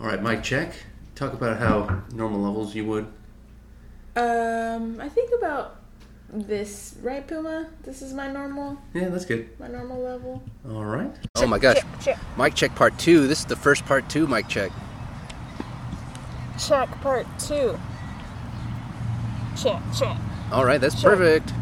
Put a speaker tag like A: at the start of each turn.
A: All right, Mike, check. Talk about how normal levels you would.
B: Um, I think about this, right, Puma? This is my normal,
A: Yeah, that's good.
B: my normal level.
A: All right. Oh my gosh.
C: Check,
A: Mike check part two. This is the first part two, Mike check.
C: check part two. Check, check.
A: All right, that's
C: Sure.
A: perfect.